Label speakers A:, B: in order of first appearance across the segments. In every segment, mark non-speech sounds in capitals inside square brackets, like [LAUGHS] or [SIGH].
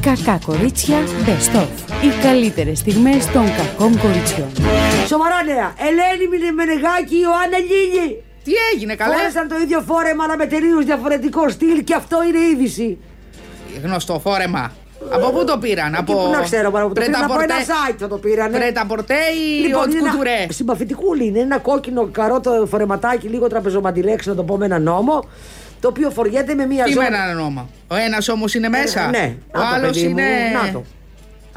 A: Κακά κορίτσια Best of. Οι καλύτερες στιγμές των κακών κοριτσιών.
B: Σοβαρά νέα. Ελένη Μενεγάκη, Ιωάννα Λίλη.
C: Τι έγινε, καλά.
B: Φόρεσαν το ίδιο φόρεμα, αλλά με τελείως διαφορετικό στυλ και αυτό είναι είδηση.
C: Γνωστό φόρεμα. Από πού το πήραν,
B: Εκεί
C: από.
B: που να ξέρω πάνω που το πήραν, από ένα
C: Πρεταπορτέ-
B: site θα το πήρανε.
C: Πρεταπορτέ ή
B: Λοιπόν, είναι
C: Haute
B: ένα
C: Couture.
B: συμπαθητικούλι είναι ένα κόκκινο καρότο φορεματάκι, λίγο τραπεζομαντιλέξι, να το πω με ένα νόμο, το οποίο φοριέται με μία
C: Τι με
B: ζώνη.
C: έναν νόμο. Ο ένας όμως είναι μέσα.
B: Ε, ναι,
C: ο
B: Να το,
C: άλλος
B: παιδί μου,
C: είναι.
B: να το.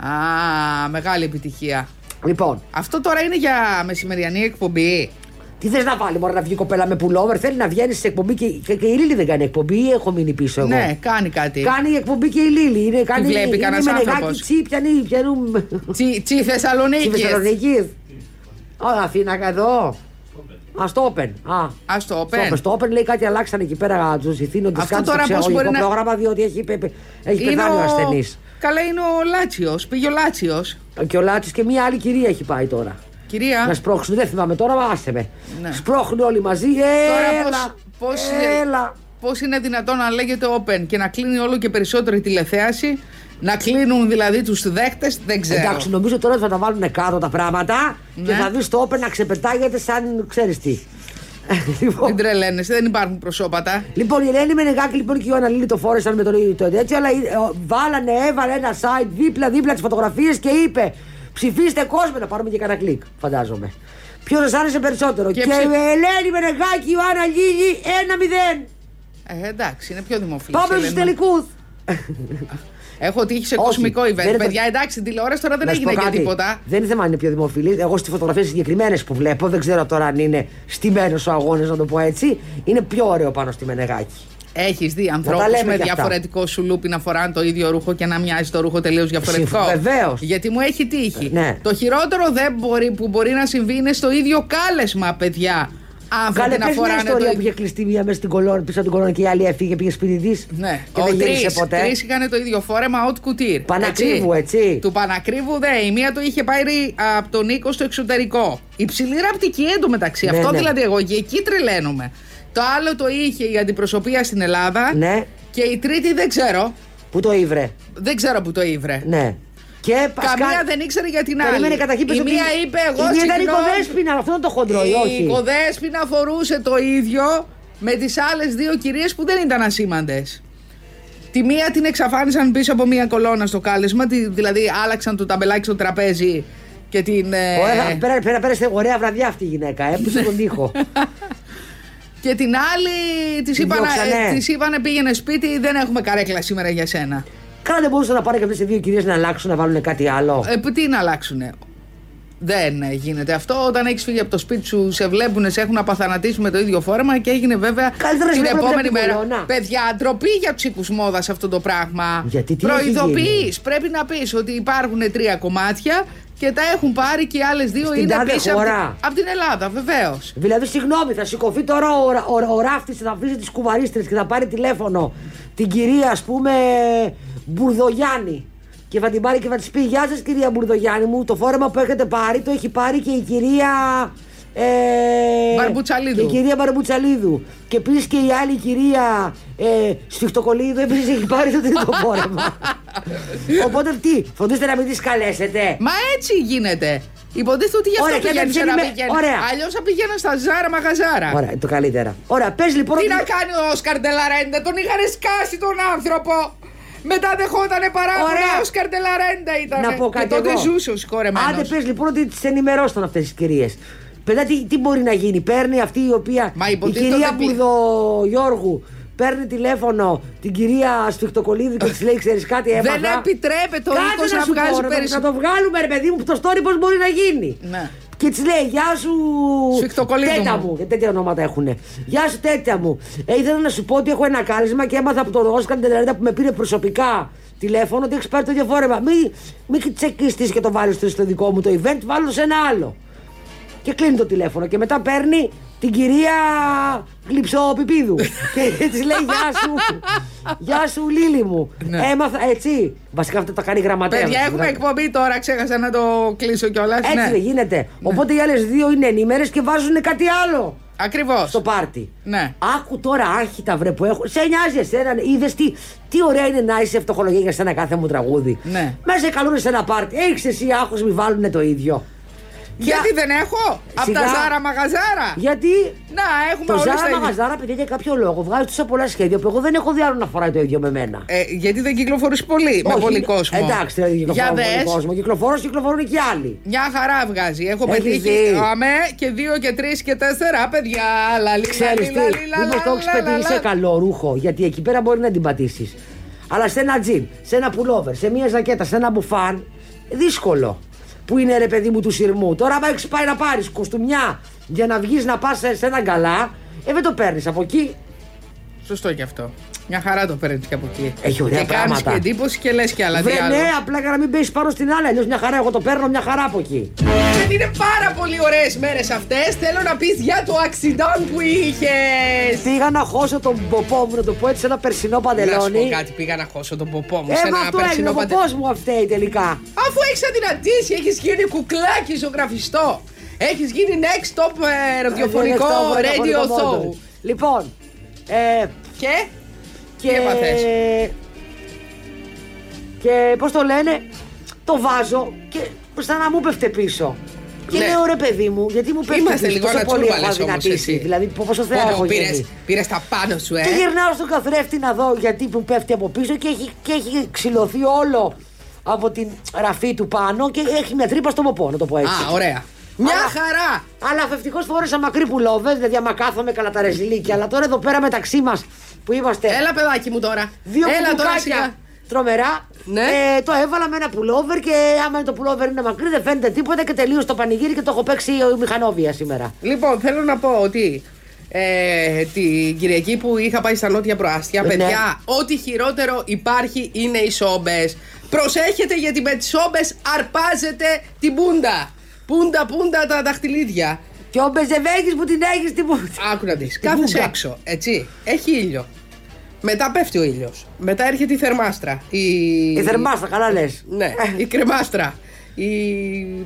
C: Α, μεγάλη επιτυχία.
B: Λοιπόν,
C: Αυτό τώρα είναι για μεσημεριανή εκπομπή.
B: τι θες να βάλει, Μπορεί να βγει η κοπέλα με πουλόβερ, θέλει να βγαίνει σε εκπομπή και, και, και η Λίλη δεν κάνει εκπομπή, ή έχω μείνει πίσω εγώ.
C: Ναι, κάνει κάτι.
B: Κάνει εκπομπή και η Λίλη. Είναι, κάνει,
C: βλέπει
B: είναι
C: κανένας
B: με νεγάκι
C: άνθρωπος.
B: τσι, πιανεί, πιανούν.
C: Τσι, τσι
B: Στη
C: Θεσσαλονίκη.
B: Θεσσαλονίκη. Όλα Αθήνα εδώ. Ας το open. Α,
C: Ας το
B: στο open.
C: πεν.
B: Στο open λέει κάτι αλλάξανε εκεί πέρα του ηθήνοντε.
C: Αυτό
B: Κάτι
C: τώρα
B: στο
C: πώς μπορεί
B: ξεολογικό
C: να-
B: πρόγραμμα διότι έχει, πε- πε- έχει πεθάνει ο ασθενής.
C: Καλά είναι ο Λάτσιος. Πήγε ο Λάτσιος.
B: Και ο Λάτσης και μία άλλη κυρία έχει πάει τώρα.
C: Κυρία.
B: Να σπρώξουν, δεν θυμάμαι τώρα, αλλά άσε με.
C: Ναι.
B: Σπρώχνουν όλοι μαζί.
C: Τώρα
B: Έλα,
C: πώς, πώς,
B: έλα.
C: πώς είναι δυνατόν να λέγεται open και να κλείνει όλο και περισσότερο η τηλεθέαση, να κλείνουν δηλαδή τους δέχτες, δεν ξέρω.
B: Εντάξει, νομίζω τώρα θα τα βάλουν κάτω τα πράγματα και
C: Ναι.
B: θα δεις το open να ξεπετάγεται σαν ξέρεις τι. λοιπόν,
C: Μην τρελαίνεσαι, δεν υπάρχουν προσώπατα.
B: Λοιπόν, η Ελένη Μενεγάκη λοιπόν, και η Ιωάννα Λίλη το φόρεσαν με τον το τέτοιο, αλλά ε, ε, βάλανε, έβαλε ένα site δίπλα-δίπλα τις φωτογραφίες και είπε Ψηφίστε κόσμο να πάρουμε και κανένα κλικ, φαντάζομαι. Ποιος σας άρεσε περισσότερο. Και,
C: Και ψη-
B: η Ελένη Μενεγάκη, Ιωάννα Λίλη, 1-0.
C: Ε, εντάξει, είναι πιο δημοφιλής.
B: Πάμε στους τελικούς.
C: Έχω τύχει σε
B: Όχι,
C: κοσμικό event.
B: δεν είναι το-
C: Παιδιά, εντάξει, τηλεόραση τώρα δεν
B: Να σου
C: έγινε
B: πω
C: και
B: κάτι.
C: τίποτα.
B: Δεν είναι θέμα αν είναι πιο δημοφιλής. Εγώ στι φωτογραφίε συγκεκριμένες που βλέπω, δεν ξέρω τώρα αν είναι στημένος ο αγώνας, να το πω έτσι. Είναι πιο ωραίο πάνω στη Μενεγάκη.
C: Έχεις δει ανθρώπους
B: λέμε
C: με
B: και αυτά.
C: διαφορετικό σουλούπι να φοράνε το ίδιο ρούχο και να μοιάζει το ρούχο τελείως διαφορετικό.
B: Συμφ- βεβαίως.
C: Γιατί μου έχει τύχει.
B: Ε, ναι.
C: Το χειρότερο δεν μπορεί, που μπορεί να συμβεί είναι στο ίδιο κάλεσμα, παιδιά.
B: Καλέ,
C: Άνθρωποι να
B: πες μια
C: φοράνε το
B: ιστορία που
C: ίδιο.
B: είχε κλειστεί μία μέσα στην κολόνα, πίσω από την κολόνα και η άλλη έφυγε, πήγε σπίτι τη.
C: Ναι,
B: και δεν γύρισε ποτέ.
C: Τρεις είχαν το ίδιο φόρεμα, out κουτίρ.
B: Πανακρίβου, έτσι.
C: Του Πανακρίβου, δε. Η μία το είχε πάρει από τον Νίκο στο εξωτερικό. Υψηλή ραπτική εντωμεταξύ.
B: Ναι,
C: Αυτό
B: ναι.
C: δηλαδή εγώ και εκεί τρελαίνομαι. Το άλλο το είχε η αντιπροσωπεία στην Ελλάδα.
B: Ναι,
C: Και η τρίτη δεν ξέρω.
B: που το ήβρε.
C: Δεν ξέρω που το ήβρε.
B: Ναι. Και πα-
C: Καμία
B: κα-
C: δεν ήξερε για την άλλη.
B: Περίμενε καταρχήν πες
C: Η
B: ότι-
C: μία είπε εγώ
B: Η μία ήταν η
C: συγγνώμη.
B: κοδέσπινα, αυτό είναι το χοντρό, ή
C: Η
B: όχι.
C: κοδέσπινα φορούσε το ίδιο με τις άλλες δύο κυρίες που δεν ήταν ασήμαντες. Τη μία την εξαφάνισαν πίσω από μία κολόνα στο κάλεσμα, τη- δηλαδή άλλαξαν το ταμπελάκι στο τραπέζι και την... ε,
B: Ωραία, πέρα, πέρα, πέρασε ωραία βραδιά αυτή η γυναίκα, ε, έπεσε τον
C: [LAUGHS]
B: τοίχο.
C: και την άλλη της
B: Τη
C: είπανε,
B: διώξανε.
C: ε, της είπανε πήγαινε σπίτι, δεν έχουμε καρέκλα σήμερα για σένα.
B: Καλά δεν μπορούσαν να πάρουν και αυτές οι δύο κυρίες να αλλάξουν, να βάλουν κάτι άλλο.
C: Ε, που τι να αλλάξουνε. Δεν ε, γίνεται αυτό. Όταν έχεις φύγει από το σπίτι σου, σε βλέπουν, σε έχουν απαθανατήσει με το ίδιο φόρεμα και έγινε βέβαια
B: Καλύτερα σε
C: την
B: βλέπατε
C: επόμενη
B: από την
C: μέρα.
B: κολόνα.
C: Παιδιά, ντροπή για ψήκους μόδας αυτό το πράγμα.
B: Γιατί τι έχει
C: Προειδοποιεί.
B: γίνει?
C: Πρέπει να πεις ότι υπάρχουν τρία κομμάτια και τα έχουν πάρει και οι άλλες δύο
B: Στην
C: είναι
B: τάδε
C: πίσω από την,
B: χώρα.
C: απ' την Ελλάδα, βεβαίως.
B: Δηλαδή, συγγνώμη, θα σηκωθεί τώρα ο, ρα- ο, ο ράφτης και θα αφήσει τις κουβαρίστρες και θα πάρει τηλέφωνο την κυρία, ας πούμε, Μπουρδογιάννη. Και θα την πάρει και θα της πει: Γεια σας, κυρία Μπουρδογιάννη μου, το φόρεμα που έχετε πάρει το έχει πάρει και η κυρία. Ε,
C: Μπαρμπουτσαλίδου.
B: Και η κυρία Μπαρμπουτσαλίδου. Και επίση και η άλλη κυρία ε, Σφιχτοκολίδου επίση έχει πάρει το τρίτο φόρεμα.
C: [LAUGHS]
B: Οπότε τι, φροντίστε να μην τις καλέσετε.
C: Μα έτσι γίνεται. Υποτίθεται ότι γι' αυτό
B: Ωραία, και
C: πηγαίνει
B: δεν
C: να
B: πηγαίνει με-
C: πηγαίνει.
B: ωραία.
C: Αλλιώς θα πηγαίνω στα ζάρα μαγαζάρα.
B: Ωραία, το καλύτερα. Ωραία, πες λοιπόν.
C: Τι
B: ότι-
C: να κάνει ο Όσκαρ Ντελαρέντα, τον είχαν σκάσει τον άνθρωπο. Μετά δεχότανε παράπονα,
B: Ωραία.
C: ος Όσκαρ Ντελαρέντα ήταν.
B: Να πω κάτι.
C: Και τότε
B: εγώ.
C: ζούσε ο συγχωρεμένος.
B: Άντε, πες λοιπόν ότι τις ενημερώσαν αυτές τις κυρίες. Παιδιά, τι, τι μπορεί να γίνει. Παίρνει αυτή η οποία.
C: Μα
B: η
C: υποτίθεται
B: κυρία
C: ότι-
B: Μπουρδογιώργου παίρνει τηλέφωνο την κυρία Σφιχτοκολίδη και της λέει: Ξέρεις κάτι, έμαθα.
C: Δεν επιτρέπεται ο
B: Κάτσε
C: οίκος
B: να
C: να
B: σου πω,
C: βγάζει
B: ρε, Να
C: περισσότερο.
B: το βγάλουμε, ρε παιδί μου, που το story πώς μπορεί να γίνει.
C: Ναι.
B: Και της λέει: Γεια σου.
C: Σφιχτοκολίδου
B: Τέτα
C: μου.
B: μου. Ε, Τέτοια ονόματα έχουν. Γεια σου, τέτοια μου. Ε, ήθελα να σου πω ότι έχω ένα κάλεσμα και έμαθα από τον Όσκαρ Ντελαρέντα που με πήρε προσωπικά τηλέφωνο ότι έχεις πάρει το ίδιο φόρεμα. Μην μη τσεκιστείς και το βάλεις στο δικό μου το event, βάλω σε ένα άλλο. Και κλείνει το τηλέφωνο και μετά παίρνει την κυρία
C: [LAUGHS]
B: Γλυψοπιπίδου. και της λέει: Γεια σου. Γεια σου, Λίλη μου.
C: Ναι.
B: Έμαθα έτσι. Βασικά αυτά τα κάνει η γραμματέα.
C: Παιδιά,
B: μας,
C: έχουμε
B: δηλαδή.
C: εκπομπή τώρα, ξέχασα να το κλείσω Ναι, κιόλας.
B: Έτσι δεν γίνεται. Οπότε οι άλλες δύο είναι ενήμερες και βάζουν κάτι άλλο.
C: Ακριβώς.
B: στο πάρτι.
C: Ναι.
B: Άκου τώρα άρχιτα βρε που έχω. Σε νοιάζει εσένα, είδες τι, τι ωραία είναι να είσαι φτωχολογία για σένα κάθε μου τραγούδι.
C: Ναι.
B: Μέσα καλούν σε ένα πάρτι. Έχεις εσύ άγχο, μη βάλουνε το ίδιο.
C: Γιατί δεν έχω! Απ' τα
B: Σιγά.
C: ζάρα μαγαζάρα!
B: Γιατί
C: Να, έχουμε
B: το
C: όλοι στα
B: Ζάρα
C: ίδια.
B: Μαγαζάρα, παιδιά, για κάποιο λόγο βγάζει τόσα πολλά σχέδια που εγώ δεν έχω δει άλλο να φοράει το ίδιο με μένα.
C: Ε, γιατί δεν κυκλοφορείς πολύ, με
B: Όχι,
C: πολύ κόσμο.
B: Εντάξει, δηλαδή, δεν
C: Για
B: κυκλοφορώ με πολύ
C: δες,
B: κόσμο. Κυκλοφορώ, κυκλοφορούν και άλλοι.
C: Μια χαρά βγάζει. Έχω
B: Έχεις
C: πετύχει.
B: δει.
C: Αμέ και δύο και τρεις και τέσσερα παιδιά. Λαλί,
B: Ξέρει
C: λαλί,
B: τι,
C: λαλί, λαλί,
B: μήπω το έχει
C: λαλί,
B: πετύχει σε
C: λαλί.
B: καλό ρούχο, γιατί εκεί πέρα μπορεί να την πατήσεις. Αλλά σε ένα τζιν, σε ένα πουλόβερ, σε μια ζακέτα, σε ένα μπουφάν, δύσκολο. Που είναι ρε παιδί μου του σειρμού. Τώρα, άμα έχεις πάει να πάρεις κοστούμια για να βγεις να πας σε, σε έναν καλά, ε δεν το παίρνεις από εκεί.
C: Σωστό κι αυτό. Μια χαρά το παίρνεις και από εκεί.
B: Έχει ωραία
C: και κάνεις και
B: πράγματα.
C: εντύπωση και λες και άλλα. τι
B: Βρε,
C: άλλο.
B: ναι, απλά για να μην πέσει πάνω στην άλλη. Αλλιώς μια χαρά, εγώ το παίρνω μια χαρά από εκεί.
C: Γιατί είναι πάρα πολύ ωραίες μέρες αυτές. Θέλω να πεις για το αξιδόν που είχες.
B: Πήγα να χώσω τον ποπό μου, να το πω έτσι, σε ένα περσινό
C: Να σου πω
B: παντελόνι.
C: κάτι, πήγα να χώσω τον ποπό μου
B: Ε,
C: σε
B: μα
C: ένα
B: αυτό έγινε,
C: περσινό
B: ο
C: παντε-
B: ποπός μου αυτή τελικά.
C: Αφού έχεις αδυνατήσει, έχεις γίνει κουκλάκι ζωγραφιστό. Έχεις γίνει next top ε, ραδιοφωνικό
B: Ε, δεν είναι
C: radio
B: αυτό,
C: show.
B: ραδιοφωνικό model. Λοιπόν, ε,
C: Και.
B: και...
C: Τι έπαθες?
B: Και πώς το λένε, το βάζω και σαν να μου πέφτε πίσω. Και
C: Ναι.
B: λέω ρε παιδί μου, γιατί μου πέφτει
C: Είμαστε
B: πίσω
C: λίγο
B: τόσο πολύ έχω
C: ανατσούρβαλες όμως
B: αδυνατήσει.
C: εσύ.
B: Δηλαδή πόσο θέατρο έχω γίνει.
C: Πήρες τα πάνω σου, ε.
B: Και γυρνάω στον καθρέφτη να δω γιατί που πέφτει από πίσω και έχει, και έχει ξυλωθεί όλο από την ραφή του πάνω και έχει μια τρύπα στο μοπό, να το πω έτσι.
C: Α, ωραία. Μια
B: Αλλά-
C: χαρά.
B: Αλλά ευτυχώ φόρεσα μακρύ πουλόβε, δηλαδή άμα κάθομαι καλά τα ρεζιλίκια. Αλλά τώρα εδώ πέρα μεταξύ μας που είμαστε
C: Έλα, παιδάκι μου τώρα.
B: δύο
C: Έλα τώρα
B: κουμπουκάκια
C: σιγά.
B: τρομερά,
C: Ναι.
B: ε, το έβαλα με ένα πουλόβερ και άμα το πουλόβερ είναι μακρύ δεν φαίνεται τίποτα και τελείω το πανηγύρι και το έχω παίξει η μηχανόβια σήμερα.
C: Λοιπόν, θέλω να πω ότι ε, την Κυριακή που είχα πάει στα νότια προάστια,
B: Ναι.
C: παιδιά, ό,τι χειρότερο υπάρχει είναι οι σόμπες. Προσέχετε γιατί με τις σόμπες αρπάζετε την πούντα. Πούντα, πούντα τα δαχτυλίδια.
B: Και ο Μπεζεβέγης που την έχει [LAUGHS] την πούτη.
C: Άκου να δεις. Κάθεσαι
B: πούντα.
C: έξω, έτσι. Έχει ήλιο. Μετά πέφτει ο ήλιος. Μετά έρχεται η θερμάστρα. Η,
B: Η θερμάστα, Ε, καλά λες.
C: Ναι, η κρεμάστρα. Η.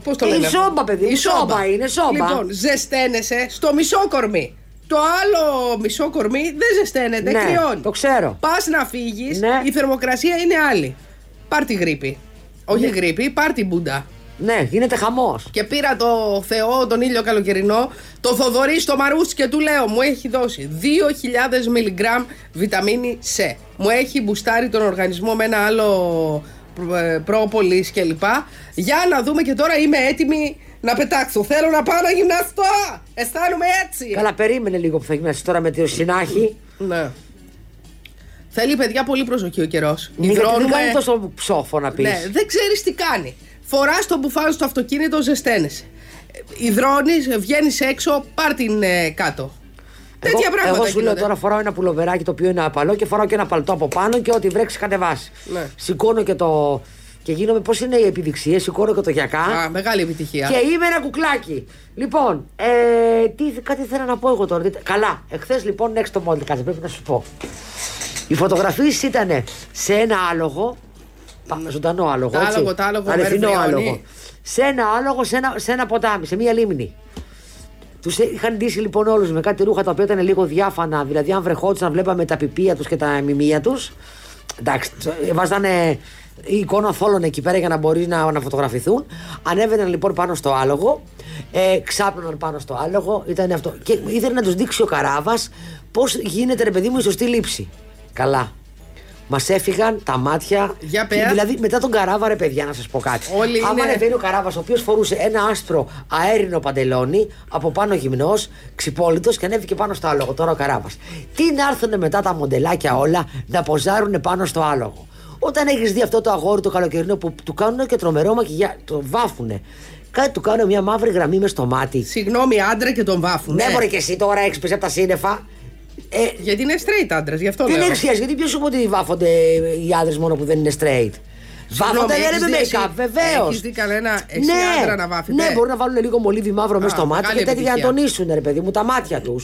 C: Πώς το
B: Ε. Η
C: λένε.
B: σόμπα, παιδί μου,
C: Η
B: σόμπα είναι, σόμπα.
C: Λοιπόν, ζεσταίνεσαι στο μισό κορμί. Το άλλο μισό κορμί δεν ζεσταίνεται,
B: Ναι,
C: κρυώνει.
B: το ξέρω.
C: Πας να φύγεις,
B: Ναι.
C: η θερμοκρασία είναι άλλη. Πάρ τη γρήπη. Όχι γρήπη, πάρ την μπουντά.
B: Ναι, γίνεται χαμός.
C: Και πήρα το Θεό, τον ήλιο καλοκαιρινό, το Θοδωρή στο Μαρούτσι και του λέω: Μου έχει δώσει 2.000 μιλιγκράμμ βιταμίνη C. Μου έχει μπουστάρει τον οργανισμό με ένα άλλο ε, πρόπολης και κλπ. Για να δούμε και τώρα είμαι έτοιμη να πετάξω. Θέλω να πάω να γυμναστώ! Αισθάνομαι έτσι!
B: Καλά, περίμενε λίγο που θα γυμναστείς τώρα με τη Ρωσινάχη.
C: Ναι. Θέλει παιδιά πολύ προσοχή ο καιρός.
B: Ναι, γιατί δεν κάνει τόσο ψόφο να πεις.
C: Ναι, δεν ξέρεις τι κάνει. Φορά το μπουφάν στο αυτοκίνητο, ζεσταίνεσαι. Υδρώνεις, βγαίνεις έξω, πάρ την ε, κάτω. Τέτοια πράγματα.
B: Εγώ σου λέω
C: γίνονται.
B: τώρα φοράω ένα πουλοβεράκι το οποίο είναι απαλό και φοράω και ένα παλτό από πάνω και ό,τι βρέξει κατεβάσει.
C: Ναι.
B: Σηκώνω και το. Και γίνομαι πώς είναι οι επιδειξίες, σηκώνω και το γιακά.
C: Α, μεγάλη επιτυχία.
B: Και είμαι ένα κουκλάκι. Λοιπόν, ε, τι, κάτι θέλω να πω εγώ τώρα. γιατί- Καλά, εχθές λοιπόν next το model κάτι πρέπει να σου πω. Οι φωτογραφίε ήταν σε ένα άλογο. πα- Ζωντανό άλογο.
C: Τα
B: έτσι,
C: άλογο, τα άλογο,
B: αληθινό
C: μέρες Βριόνι.
B: άλογο. Σε ένα άλογο, σε ένα, σε ένα ποτάμι, σε μία λίμνη. Τους είχαν ντύσει λοιπόν όλους με κάτι ρούχα τα οποία ήταν λίγο διάφανα. Δηλαδή, αν βρεχόντουσαν, βλέπαμε τα πιπία τους και τα μιμία τους. Εντάξει, ε, βάζανε η εικόνα θόλων εκεί πέρα για να μπορείς να, να φωτογραφηθούν. Ανέβαιναν λοιπόν πάνω στο άλογο, ε, ξάπλωναν πάνω στο άλογο, ήταν αυτό. Και ήθελε να τους δείξει ο καράβας πώς γίνεται, ρε παιδί μου, η σωστή λήψη. Καλά. Μας έφυγαν τα μάτια.
C: Για πες.
B: Δηλαδή, μετά τον καράβα, ρε παιδιά, να σας πω κάτι.
C: Όλοι
B: Άμα
C: είναι-
B: ανεβαίνει ο καράβας, ο οποίος φορούσε ένα άσπρο αέρινο παντελόνι, από πάνω γυμνός, ξυπόλυτος και ανέβηκε πάνω στο άλογο. Τώρα ο καράβας. Τι να έρθουν μετά τα μοντελάκια όλα να ποζάρουν πάνω στο άλογο. Όταν έχεις δει αυτό το αγόρι το καλοκαιρινό που του κάνουν και τρομερό μακιγιά, το βάφουνε. Κάτι του κάνουν μια μαύρη γραμμή μες στο μάτι.
C: Συγγνώμη, άντρα και τον βάφουν.
B: Ναι, μπορεί και εσύ τώρα έξω από τα σύννεφα. Ε,
C: Γιατί είναι straight άντρας, γι' αυτό
B: δεν
C: λέω.
B: έχει σχέση, γιατί ποιος σου είπε ότι βάφονται οι άντρες μόνο που δεν είναι straight. Βάφονται
C: Συγγνώμη,
B: δεν είναι με
C: έχεις δει
B: make-up,
C: εσύ-
B: βεβαίως.
C: έχεις δει κανένα εσύ άντρα να βάφεται?
B: Ναι, μπορούν να βάλουν λίγο μολύβι μαύρο μέσα στο μάτι
C: μεγάλη
B: και τέτοια για να
C: επιτυχία.
B: τονίσουν, ρε παιδί μου, τα μάτια τους.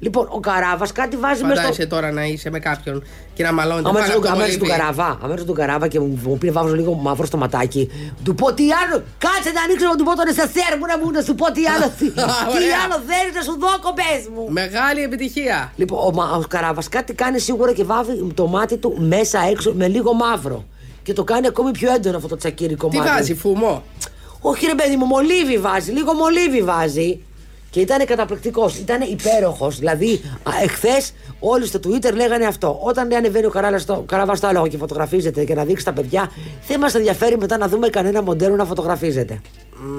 B: Λοιπόν, ο Καράβας κάτι βάζει μέσα
D: Φαντάζεσαι
B: στο.
D: τώρα να είσαι με κάποιον και να μαλώνεις.
B: Άμα έρθει του, του καραβά, άμα έρθει του καραβά και μου μου πει να βάζω λίγο μαύρο στο ματάκι, του πω τι άλλο. Κάτσε να ανοίξω να του πω τον εσασέρ μου να μου να σου πω τι
C: [LAUGHS]
B: άλλο. Τι τι
C: Ωραία. Ναι,
B: άλλο θέλεις να σου δω, κομπέ μου.
C: Μεγάλη επιτυχία.
B: Λοιπόν, ο, Μα- ο Καράβας κάτι κάνει σίγουρα και βάβει το μάτι του μέσα έξω με λίγο μαύρο. Και το κάνει ακόμη πιο έντονο αυτό το τσακίρικο
C: Τι
B: μάτι.
C: βάζει, φούμο.
B: Όχι ρε παιδί μου, μολύβι βάζει, λίγο μολύβι βάζει. Και ήταν καταπληκτικός, ήταν υπέροχος. Δηλαδή, εχθές όλοι στο Twitter λέγανε αυτό. Όταν λέει ανεβαίνει ο καράβα στο, καράβας στο άλογο και φωτογραφίζεται και να δείξει τα παιδιά, δεν μας ενδιαφέρει μετά να δούμε κανένα μοντέρο να φωτογραφίζεται. ναι.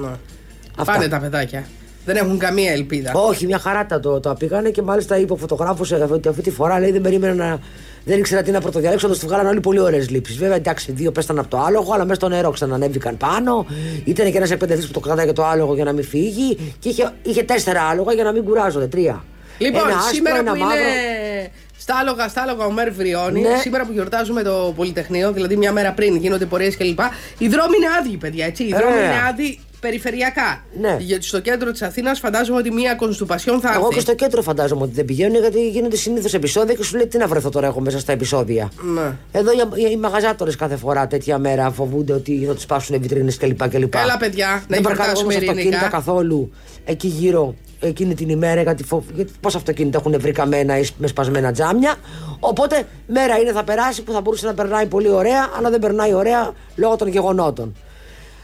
B: Αυτά.
C: Πάνε τα παιδάκια. Δεν έχουν καμία ελπίδα.
B: Όχι, μια χαρά τα το, το απήγανε και μάλιστα είπε ο φωτογράφο ότι αυτή τη φορά λέει δεν περίμενα να. Δεν ήξερα τι να πρωτοδιαλέξω, τους βγάλαν όλοι πολύ ωραίες λήψει. Βέβαια, εντάξει, δύο πέσταν από το άλογο, αλλά μέσα στο νερό ξανανέβηκαν πάνω. Ήταν και ένας εκπαιδευτή που το κρατάει για το άλογο για να μην φύγει. Και είχε, είχε τέσσερα άλογα για να μην κουράζονται. Τρία.
C: Λοιπόν,
B: ένα άσπρο,
C: σήμερα
B: ένα
C: που είναι
B: μαύρο.
C: στα άλογα, στα άλογα ο Μέρ Βριώνη,
B: Ναι.
C: σήμερα που γιορτάζουμε το Πολυτεχνείο, δηλαδή μια μέρα πριν γίνονται πορείες κλπ. Οι δρόμοι είναι άδειοι, παιδιά, έτσι. Οι
B: Ωραία.
C: δρόμοι είναι άδειοι περιφερειακά.
B: Ε. Ναι.
C: Γιατί στο κέντρο της Αθήνας φαντάζομαι ότι μια κονστουπασιόν θα έρθει.
B: Εγώ και στο κέντρο φαντάζομαι ότι δεν πηγαίνουν γιατί γίνονται συνήθως επεισόδια και σου λέει τι να βρεθώ τώρα εγώ μέσα στα επεισόδια.
C: Ναι.
B: Ε, Εδώ οι, οι μαγαζάτορες κάθε φορά τέτοια μέρα φοβούνται ότι θα του σπάσουν βιτρίνες κλπ. κλπ.
C: Έλα, παιδιά, να
B: δεν παρκάρουν
C: γιορτάσουμε
B: όμως αυτοκίνητα
C: ειρηνικά.
B: καθόλου εκεί γύρω εκείνη την ημέρα γιατί, φο... γιατί πόσα αυτοκίνητα έχουν βρει καμένα ή σ- με σπασμένα τζάμια. Οπότε μέρα είναι θα περάσει που θα μπορούσε να περνάει πολύ ωραία, αλλά δεν περνάει ωραία λόγω των γεγονότων.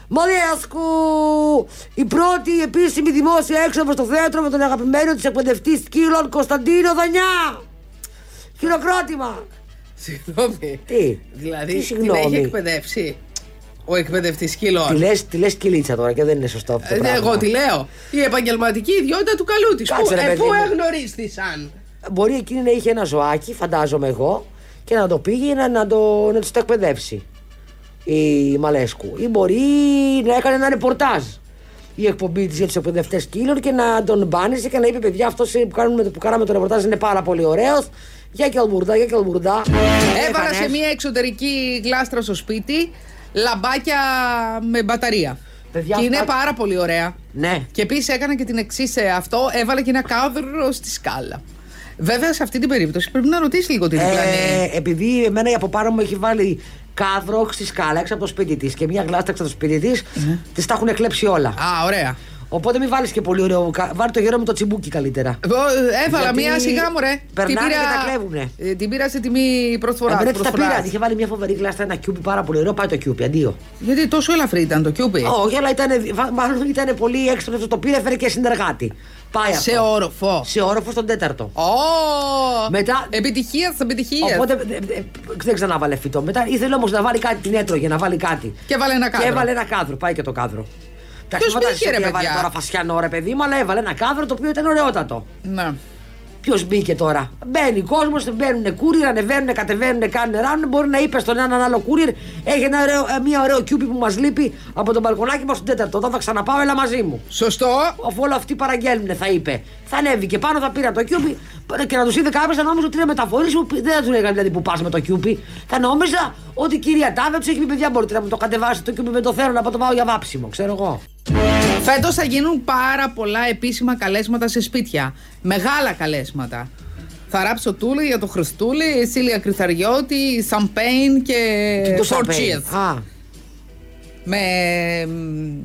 B: Μολιάσκου! Η πρώτη επίσημη δημόσια έξοδο στο θέατρο με τον αγαπημένο της εκπαιδευτή σκύλων Κωνσταντίνο Δανιά! Χειροκρότημα!
C: Συγγνώμη.
B: Τι?
C: Δηλαδή
B: Τι
C: την έχει
B: συγγνώμη?
C: εκπαιδεύσει ο εκπαιδευτής
B: Τη
C: σκύλων.
B: λες, τη λες κυλίτσα τώρα και δεν είναι σωστό αυτό το
C: Ε,
B: πράγμα.
C: Εγώ τη λέω. Η επαγγελματική ιδιότητα του καλού της.
B: Κάτσε,
C: Πού,
B: ρε,
C: ε,
B: παιδί
C: πού
B: μου.
C: εγνωρίστησαν.
B: Μπορεί εκείνη να είχε ένα ζωάκι, φαντάζομαι εγώ, και να το πήγε να, να το, να τους το εκπαιδεύσει η Μαλέσκου. Ή μπορεί να έκανε ένα ρεπορτάζ η εκπομπή της για τους εκπαιδευτές σκύλων και να τον μπάνισε και να είπε: Παιδιά, αυτό που, κάνουμε- που κάναμε το ρεπορτάζ είναι πάρα πολύ ωραίος. Για και αλμπουρδά, για και αλμπουρδά.
C: Ε, Έβαλα
B: Έχανες.
C: σε μια εξωτερική γλάστρα στο σπίτι λαμπάκια με μπαταρία.
B: Παιδιά,
C: και
B: αυτά-
C: είναι πάρα πολύ ωραία.
B: Ναι.
C: Και επίσης έκανα και την εξής σε αυτό, έβαλα και ένα κάδρο στη σκάλα. Βέβαια, σε αυτή την περίπτωση πρέπει να ρωτήσεις λίγο την διπλανή.
B: Ε, επειδή εμένα η από πάνω μου έχει βάλει κάδρο στη σκάλα έξω από το σπίτι της και μια γλάστα έξω από το σπίτι της,
C: Ναι.
B: τη τα έχουν κλέψει όλα.
C: Α, ωραία.
B: Οπότε μην βάλεις και πολύ ωραίο. κα- Βάλει το γερό με το τσιμπούκι καλύτερα.
C: Εγώ, ε, Έβαλα
B: Γιατί
C: μία σιγά μου, ρε.
B: περνάνε και τα κλέβουνε.
C: ε, την πήρα σε τιμή προσφορά.
B: Εμένα έτσι τα πήρα. Είχε βάλει μια φοβερή γλάστα ένα κιούπι πάρα πολύ ωραίο. Πάει το κιούπι, αντίο.
C: Γιατί τόσο ελαφρύ ήταν το κιούπι.
B: Όχι, αλλά ήταν, μάλλον ήταν πολύ έξυπνο. Το πήρε, φέρε και συνεργάτη. Πάει αυτό.
C: σε όροφο.
B: Σε όροφο στον τέταρτο.
C: Ω!
B: Μετά-
C: Επιτυχίας στι επιτυχίες.
B: Οπότε ε, ε, ε, δεν ξανάβαλε φυτό. Μετά ήθελε όμως να βάλει κάτι, την έτρωγε, να βάλει κάτι.
C: Και έβαλε ένα κάδρο.
B: Και έβαλε ένα κάδρο, πάει και το κάδρο. Εντάξει,
C: Ποιος
B: φαντάζεσαι
C: μπήκε, ρε,
B: τι έβαλε
C: παιδιά?
B: τώρα φασιανό ρε παιδί μου, αλλά έβαλε ένα κάδρο το οποίο ήταν ωραιότατο.
C: Ναι.
B: Ποιος μπήκε τώρα. Μπαίνει κόσμο, μπαίνουν κούριρ, ανεβαίνουν, κατεβαίνουν, κάνουν ράνουν. Μπορεί να είπε στον έναν άλλο κούριρ, έχει ένα ωραίο, ε, μία ωραίο κιούπι που μας λείπει από τον μπαλκονάκι μας στον τέταρτο. Όταν θα ξαναπάω, έλα μαζί μου.
C: Σωστό.
B: Αφού όλα αυτοί παραγγέλνουν, θα είπε. Θα ανέβηκε πάνω, θα πήρα το κιούπι και να τους είδε κάποιος, θα νόμιζε ότι είναι μεταφορής που δεν θα τους λέγανε δηλαδή που πας με το κιούπι. Θα νόμιζα ότι η κυρία Τάβε τους έχει πει παιδιά, μπορείτε να μου το κατεβάσετε το κιούπι με το θέλω να το πάω για βάψιμο, ξέρω εγώ.
C: Φέτος θα γίνουν πάρα πολλά επίσημα καλέσματα σε σπίτια. Μεγάλα καλέσματα. Θα ράψω τούλη για το Χριστούλη, η Σίλια Κρυθαριώτη, Σαμπέιν και
B: Το
C: Four
B: σαπέι.
C: Cheers.
B: Α,
C: Με μ,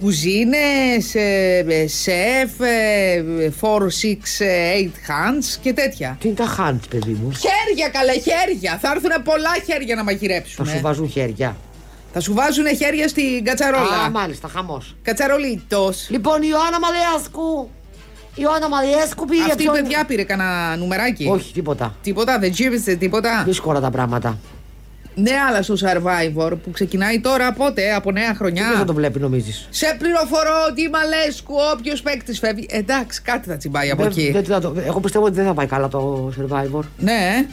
C: κουζίνες, ε, ε, σεφ, ε, four, six, ε, eight hands και τέτοια.
B: τι είναι τα χάντ, παιδί μου.
C: Χέρια καλέ, χέρια! Θα έρθουν πολλά χέρια να
B: Θα
C: μαγειρέψουν.
B: σου βάζουν χέρια.
C: Θα σου βάζουν χέρια στην
B: Α,
C: κατσαρόλα.
B: μάλιστα, χαμός.
C: Κατσαρολίτος.
B: Λοιπόν, η Ιωάννα Μαλιάσκου. Η Ιωάννα Μαλιάσκου πήγε
C: Αυτή η
B: ποιον-
C: παιδιά πήρε κανένα νουμεράκι.
B: Όχι, τίποτα.
C: Τίποτα, δεν τζίρισε τίποτα.
B: Δύσκολα τα πράγματα.
C: Ναι, αλλά στο Survivor που ξεκινάει τώρα πότε, από νέα
B: Τι δεν θα
C: χρονιά.
B: το βλέπει, νομίζεις.
C: Σε πληροφορώ ότι η Μαλέσκου, όποιος παίκτης φεύγει. Εντάξει, κάτι θα τσιμπάει από εκεί.
B: Εγώ πιστεύω ότι δεν θα πάει καλά το survivor.
C: Ναι.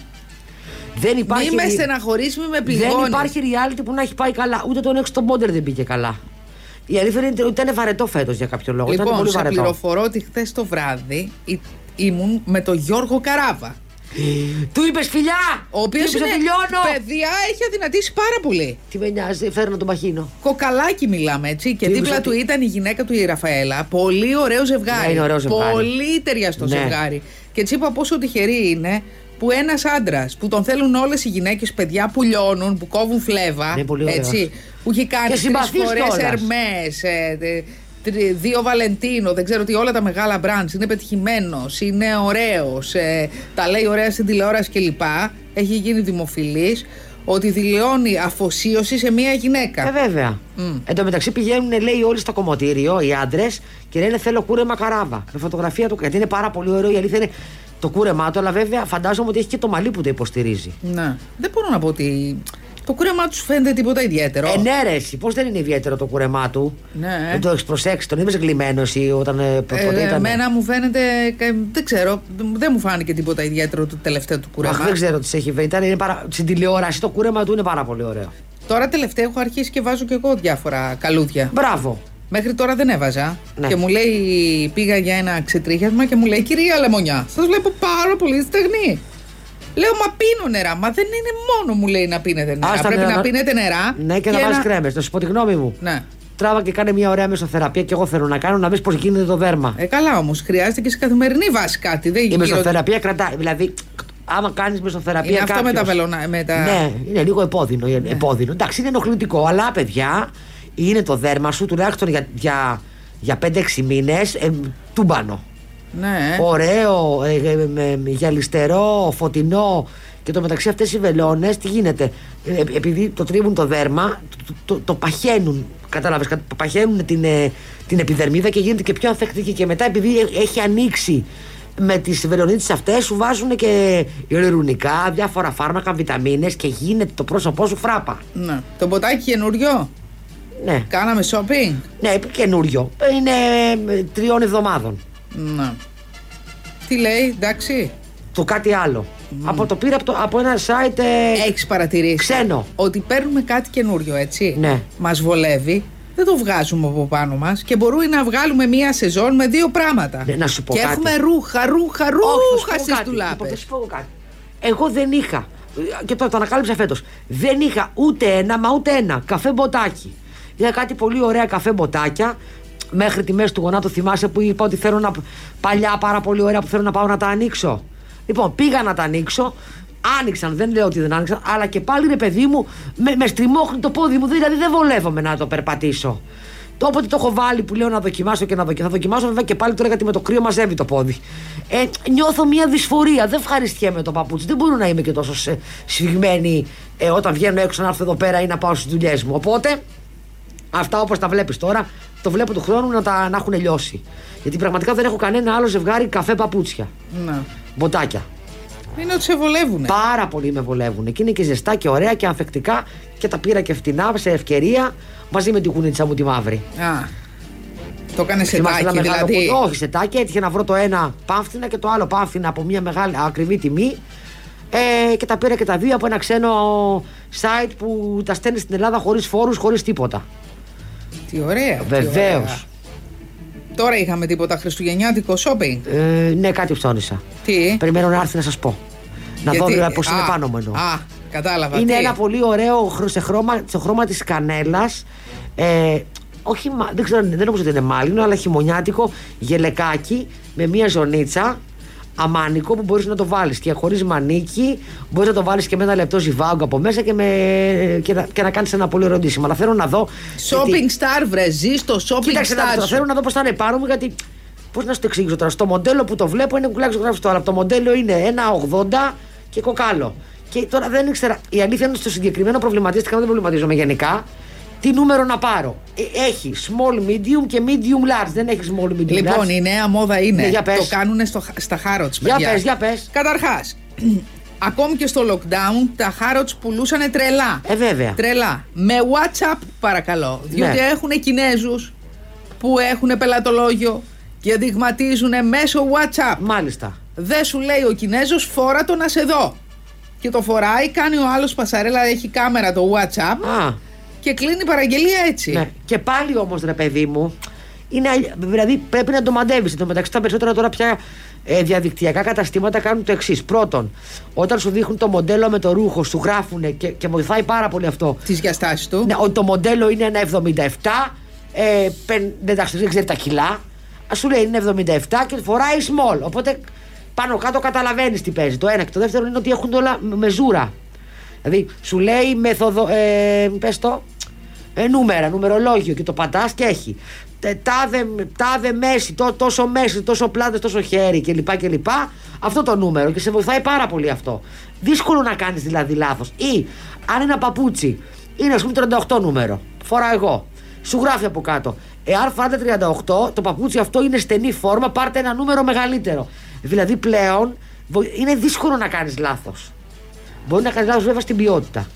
B: Δεν
C: Μη
B: υπάρχει.
C: με στεναχωρείς, μη με πληγώνεις.
B: Δεν υπάρχει reality που να έχει πάει καλά. Ούτε τον έξω τον Πόντερ δεν πήγε καλά. Η αλήθεια είναι ότι ήταν βαρετό φέτος για κάποιο λόγο. ήταν
C: Λοιπόν,
B: πολύ
C: σε
B: βαρετό.
C: πληροφορώ ότι χθες το βράδυ ή- ήμουν με τον Γιώργο Καράβα.
B: Του είπες φιλιά!
C: Ο οποίος
B: Του είπες,
C: είναι.
B: «Θα τελειώνω!
C: Παιδιά έχει αδυνατήσει πάρα πολύ.
B: Τι με νοιάζει, φέρνω τον παχύνο.
C: Κοκαλάκι μιλάμε έτσι. Και
B: Τι
C: δίπλα
B: είπες
C: του
B: ότι-
C: ήταν η γυναίκα του η Ραφαέλα. Πολύ ωραίο ζευγάρι.
B: Ναι, είναι ωραίο ζευγάρι.
C: Πολύ ταιριαστό
B: Ναι.
C: ζευγάρι. Και έτσι είπα πόσο τυχερή είναι που ένας άντρας που τον θέλουν όλες οι γυναίκες, παιδιά που λιώνουν, που κόβουν φλέβα.
B: Ναι, πολύ ωραίος.
C: έτσι, που έχει κάνει
B: Και
C: τρεις
B: συμπαθής
C: φορές
B: κιόλας.
C: Ερμέ, ε, δύο Βαλεντίνο, δεν ξέρω τι, όλα τα μεγάλα μπραντ. Είναι πετυχημένος, είναι ωραίος, τα λέει ωραία στην τηλεόραση κλπ. Έχει γίνει δημοφιλής. Ότι δηλώνει αφοσίωση σε μία γυναίκα.
B: Ε, βέβαια.
C: Μμ.
B: Εν τω μεταξύ πηγαίνουν, λέει, όλοι στο κομμωτήριο οι άντρες και λένε Θέλω κούρεμα καράβα. Με φωτογραφία του. Γιατί είναι πάρα πολύ ωραίο, η αλήθεια είναι το κούρεμά του, αλλά βέβαια φαντάζομαι ότι έχει και το μαλλί που το υποστηρίζει.
C: Ναι. Δεν μπορώ να πω ότι. Το κούρεμά τους φαίνεται τίποτα ιδιαίτερο.
B: Ε, ναι, ρε, εσύ, πώς δεν είναι ιδιαίτερο το κούρεμά του.
C: Ναι.
B: Δεν το έχεις προσέξει, τον είδε γλυμμένος ή όταν. Ε, πο-
C: Ε,
B: ποτέ ήταν.
C: εμένα μου φαίνεται. κα- Δεν ξέρω. Δεν μου φάνηκε τίποτα ιδιαίτερο το τελευταίο του κούρεμα.
B: Αχ, δεν ξέρω τι σε έχει βρει. Ήταν, είναι πάρα... Στην τηλεόραση το κούρεμα του είναι πάρα πολύ ωραίο.
C: Τώρα τελευταία έχω αρχίσει και βάζω και εγώ διάφορα καλούδια.
B: Μπράβο.
C: Μέχρι τώρα δεν έβαζα.
B: Ναι.
C: Και μου λέει, πήγα για ένα ξετρίχιασμα και μου λέει, Κυρία Λεμονιά, σας βλέπω πάρα πολύ στεγνή. Λέω, Μα πίνω νερά. Μα δεν είναι μόνο μου λέει να πίνετε νερά.
B: Άστα
C: Ναι, Πρέπει
B: νερά-
C: να πίνετε νερά.
B: Ναι, και, να βάζει κρέμες. Να σου πω τη γνώμη μου.
C: Ναι.
B: Τράβα και κάνε μια ωραία μεσοθεραπεία και εγώ θέλω να κάνω να δεις πώς γίνεται το δέρμα.
C: Ε, καλά όμως. Χρειάζεται και σε καθημερινή βάση κάτι. Δεν
B: Η
C: γύρω-
B: μεσοθεραπεία κρατάει. Δηλαδή, άμα κάνεις μεσοθεραπεία.
C: Είναι αυτό
B: κάποιος-
C: με τα βελόνα- με τα-
B: Ναι, είναι λίγο επώδυνο. επώδυνο. Εντάξει, είναι ενοχλητικό, αλλά παιδιά, είναι το δέρμα σου τουλάχιστον για, για, για 5-6 μήνες ε, τούμπανο.
C: Ναι.
B: Ε. Ωραίο, ε, ε, ε, ε, γυαλιστερό, φωτεινό. Και το μεταξύ αυτές οι βελόνες, τι γίνεται. Ε, ε, επειδή το τρίβουν το δέρμα, το, το, το παχαίνουν. Κατάλαβες, παχαίνουν την, ε, την επιδερμίδα και γίνεται και πιο ανθεκτική. Και μετά, επειδή ε- έχει ανοίξει με τις βελονίτες αυτές, σου βάζουν και ειρηνικά, διάφορα φάρμακα, βιταμίνες και γίνεται το πρόσωπό σου φράπα.
C: Ναι. Το ποτάκι καινούριο.
B: Ναι,
C: Κάναμε shopping.
B: ναι, καινούριο. Είναι ε, τριών εβδομάδων.
C: Ναι. Τι λέει, εντάξει.
B: Το κάτι άλλο. Από το πήρα από, το- από ένα site. ε,
C: Έχεις παρατηρήσει.
B: Ξένο.
C: Ότι παίρνουμε κάτι καινούριο, έτσι.
B: Ναι.
C: Μας βολεύει. Δεν το βγάζουμε από πάνω μας και μπορούμε να βγάλουμε μία σεζόν με δύο πράγματα.
B: Ναι, να σου πω
C: και
B: κάτι.
C: έχουμε ρούχα, ρούχα, ρούχα
B: Όχι, θα σου πω
C: στις
B: κάτι. Λοιπόν,
C: τουλάπε.
B: θα σου πω εγώ κάτι. Εγώ δεν είχα. Και τώρα το ανακάλυψα φέτος. Δεν είχα ούτε ένα, μα ούτε ένα καφέ μποτάκι. Είχα κάτι πολύ ωραία καφέ μποτάκια. Μέχρι τη μέση του γονάτου θυμάσαι που είπα ότι θέλω να. παλιά πάρα πολύ ωραία που θέλω να πάω να τα ανοίξω. Λοιπόν, πήγα να τα ανοίξω. Άνοιξαν, δεν λέω ότι δεν άνοιξαν, αλλά και πάλι ρε παιδί μου, με, με στριμώχνει το πόδι μου, δηλαδή δεν βολεύομαι να το περπατήσω. Το όποτε το έχω βάλει που λέω να δοκιμάσω και να δοκιμάσω, θα δοκιμάσω βέβαια και πάλι τώρα γιατί με το κρύο μαζεύει το πόδι. Ε, νιώθω μια δυσφορία. Δεν ευχαριστιέμαι το παπούτσι. Δεν μπορώ να είμαι και τόσο σε- σφιγμένη ε, όταν βγαίνω έξω να έρθω εδώ πέρα ή να πάω στις δουλειές μου. Οπότε αυτά όπως τα βλέπεις τώρα, το βλέπω του χρόνου να, τα, να έχουν λιώσει. Γιατί πραγματικά δεν έχω κανένα άλλο ζευγάρι καφέ παπούτσια.
C: Ναι.
B: Μποτάκια.
C: Είναι ότι σε βολεύουν.
B: Πάρα πολύ με βολεύουν. Και είναι και ζεστά και ωραία και ανθεκτικά και τα πήρα και φτηνά σε ευκαιρία μαζί με την κουνίτσα μου τη μαύρη.
C: Α. Το έκανε σε
B: Θυμάστε ένα
C: τάκι,
B: μεγάλο
C: δηλαδή.
B: κουτί. Όχι, σετάκι. Έτυχε να βρω το ένα πάμφθινα και το άλλο πάμφθινα από μια μεγάλη ακριβή τιμή. Ε, και τα πήρα και τα δύο από ένα ξένο site που τα στέλνεις στην Ελλάδα χωρίς φόρους, χωρίς τίποτα.
C: Τι ωραία. τι
B: Βεβαίως.
C: ωραία. Τώρα είχαμε τίποτα χριστουγεννιάτικο shopping.
B: Ε, ναι, κάτι ψώνισα.
C: Τι.
B: Περιμένω να έρθει να σας πω. Να δω
C: Ε. Γιατί-
B: δηλαδή πώ είναι
C: α,
B: πάνω μου εννοώ.
C: Α, κατάλαβα.
B: Είναι
C: τι.
B: ένα πολύ ωραίο χρ- σε χρώμα, σε χρώμα της κανέλας. Ε, όχι, μα- δεν, ξέρω, δεν νομίζω ότι είναι μάλινο, αλλά χειμωνιάτικο γελεκάκι με μία ζωνίτσα αμάνικο που μπορείς να το βάλεις και χωρίς μανίκι μπορείς να το βάλεις και με ένα λεπτό ζιβάγκο από μέσα και, με, και, να, και να κάνεις ένα πολύ ωραίο ντύσιμο. Αλλά θέλω να δω... γιατί-
C: Shopping star, βρε, ζεις στο shopping
B: Κοίταξε να
C: star.
B: δω,
C: σου.
B: θέλω να δω πώς θα είναι πάνω μου, γιατί. Πώς να σου το εξηγήσω τώρα. Στο μοντέλο που το βλέπω είναι κουκλάκι ζωγράφιστο, αλλά το μοντέλο είναι 1,80 και κοκάλο. Και τώρα δεν ήξερα. Η αλήθεια είναι ότι στο συγκεκριμένο προβληματίστηκα, δεν προβληματίζομαι γενικά. Τι νούμερο να πάρω. Ε, Έχεις small, medium και medium large. Δεν έχεις small, medium large.
C: Λοιπόν, η νέα μόδα είναι.
B: Ναι, για πες.
C: Το κάνουν στο, στα χάροτς,
B: Για
C: παιδιά.
B: πες, για πες.
C: Καταρχάς, [CLEARS THROAT] ακόμη και στο lockdown τα χάροτς πουλούσαν τρελά.
B: Ε, βέβαια.
C: Τρελά. Με WhatsApp, παρακαλώ. Διότι
B: Ναι.
C: έχουν Κινέζους που έχουν πελατολόγιο και δειγματίζουν μέσω WhatsApp.
B: Μάλιστα.
C: Δεν σου λέει ο Κινέζος φόρα το να σε δω. Και το φοράει, κάνει ο άλλος πασαρέλα, έχει κάμερα το WhatsApp
B: Α,
C: και κλείνει η παραγγελία έτσι.
B: ναι. Και πάλι όμως, ρε παιδί μου, είναι, αλλι- δηλαδή πρέπει να το μαντεύεις. Εν τω μεταξύ, τα περισσότερα τώρα πια Ε, διαδικτυακά καταστήματα κάνουν το εξής. Πρώτον, όταν σου δείχνουν το μοντέλο με το ρούχο, σου γράφουν και, και βοηθάει πάρα πολύ αυτό.
C: Τις διαστάσεις του.
B: Ναι, ότι το μοντέλο είναι ένα 77, ε, πεν- δεν τα δεν ξέρεις τα κιλά. Α σου λέει είναι 77 και φοράει small. Οπότε πάνω κάτω καταλαβαίνεις τι παίζει. Το ένα. Και το δεύτερο είναι ότι έχουν όλα με με ζούρα. Δηλαδή σου λέει μεθοδο. Ε, πες το. Ε, νούμερα, νούμερολόγιο και το πατά και έχει. Τε- Τάδε, τάδε μέση, τό- τόσο μέση, τόσο πλάτες, τόσο χέρι κλπ. κλπ. Αυτό το νούμερο και σε βοηθάει πάρα πολύ αυτό. Δύσκολο να κάνεις δηλαδή λάθος. Ή αν ένα παπούτσι είναι ας πούμε 38 νούμερο, φοράω εγώ, σου γράφει από κάτω. Εάν φάτε 38, το παπούτσι αυτό είναι στενή φόρμα, πάρτε ένα νούμερο μεγαλύτερο. Δηλαδή πλέον βο- είναι δύσκολο να κάνεις λάθος. Μπορεί να κάνεις λάθος βέβαια στην ποιότητα.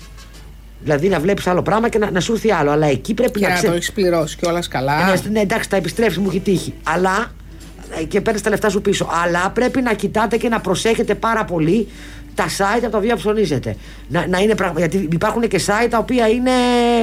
B: Δηλαδή να βλέπεις άλλο πράγμα και να, να σου έρθει άλλο. Αλλά εκεί πρέπει
C: Και
B: να
C: να το
B: ξέρει.
C: έχεις πληρώσει κιόλας καλά.
B: Ναι, ναι, εντάξει, τα επιστρέψεις, μου έχει τύχει. Αλλά. ε, και παίρνεις τα λεφτά σου πίσω. Αλλά πρέπει να κοιτάτε και να προσέχετε πάρα πολύ τα site από τα οποία ψωνίζετε. Να, να είναι πραγμα... Γιατί υπάρχουν και site τα οποία είναι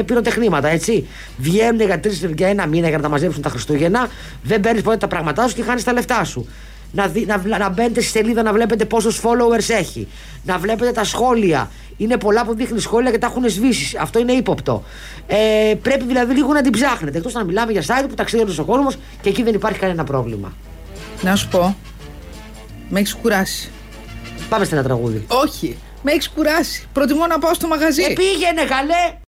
B: πυροτεχνήματα, έτσι. Βγαίνουν για, τρεις, για ένα μήνα για να τα μαζέψουν τα Χριστούγεννα, δεν παίρνεις ποτέ τα πράγματά σου και χάνεις τα λεφτά σου. Να, δι, να, βλα- να μπαίνετε στη σελίδα να βλέπετε πόσους followers έχει. Να βλέπετε τα σχόλια. Είναι πολλά που δείχνει σχόλια και τα έχουν σβήσει. Αυτό είναι ύποπτο. Ε, πρέπει δηλαδή λίγο να την ψάχνετε. Εκτός να μιλάμε για site που τα ξέρει όλος ο κόσμος και εκεί δεν υπάρχει κανένα πρόβλημα.
C: Να σου πω. Με έχεις κουράσει.
B: Πάμε σε ένα τραγούδι.
C: Όχι. Με έχεις κουράσει. Προτιμώ να πάω στο μαγαζί.
B: Ε, πήγαινε καλέ!